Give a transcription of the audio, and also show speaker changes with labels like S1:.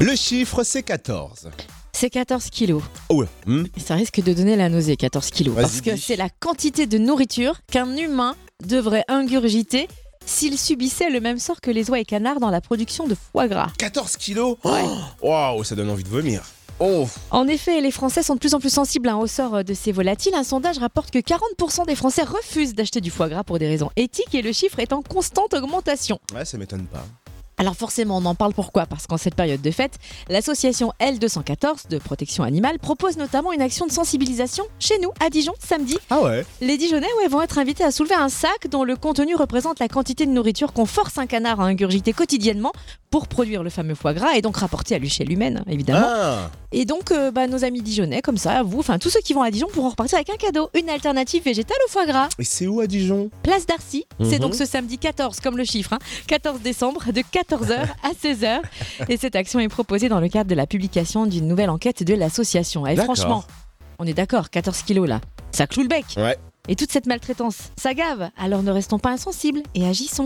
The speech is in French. S1: Le chiffre, c'est 14.
S2: C'est 14 kilos.
S1: Oh ouais. hmm.
S2: Et ça risque de donner la nausée, 14 kilos.
S1: Vas-y,
S2: Parce que
S1: dis.
S2: c'est la quantité de nourriture qu'un humain devrait ingurgiter s'il subissait le même sort que les oies et canards dans la production de foie gras.
S1: 14 kilos Oh, Waouh, ça donne envie de vomir. Oh,
S2: En effet, les Français sont de plus en plus sensibles hein, au sort de ces volatiles. Un sondage rapporte que 40% des Français refusent d'acheter du foie gras pour des raisons éthiques et le chiffre est en constante augmentation.
S1: ouais, ça m'étonne pas.
S2: Alors forcément, on en parle pourquoi Parce qu'en cette période de fête, l'association L214 de protection animale propose notamment une action de sensibilisation chez nous, à Dijon, samedi.
S1: Ah ouais
S2: Les Dijonnais ouais, vont être invités à soulever un sac dont le contenu représente la quantité de nourriture qu'on force un canard à ingurgiter quotidiennement pour produire le fameux foie gras et donc rapporter à l'échelle humaine, hein, évidemment.
S1: Ah
S2: Et donc, euh, bah, nos amis dijonnais, comme ça, vous, enfin tous ceux qui vont à Dijon pourront repartir avec un cadeau, une alternative végétale au foie gras.
S1: Et c'est où à Dijon
S2: Place d'Arcy,
S1: Mhm.
S2: c'est donc ce samedi 14, comme le chiffre, hein, 14 décembre, de 14h à 16h. Et cette action est proposée dans le cadre de la publication d'une nouvelle enquête de l'association. Et
S1: D'accord.
S2: franchement, on est d'accord, 14 kilos là, ça cloue le bec.
S1: Ouais.
S2: Et toute cette maltraitance, ça gave. Alors ne restons pas insensibles et agissons.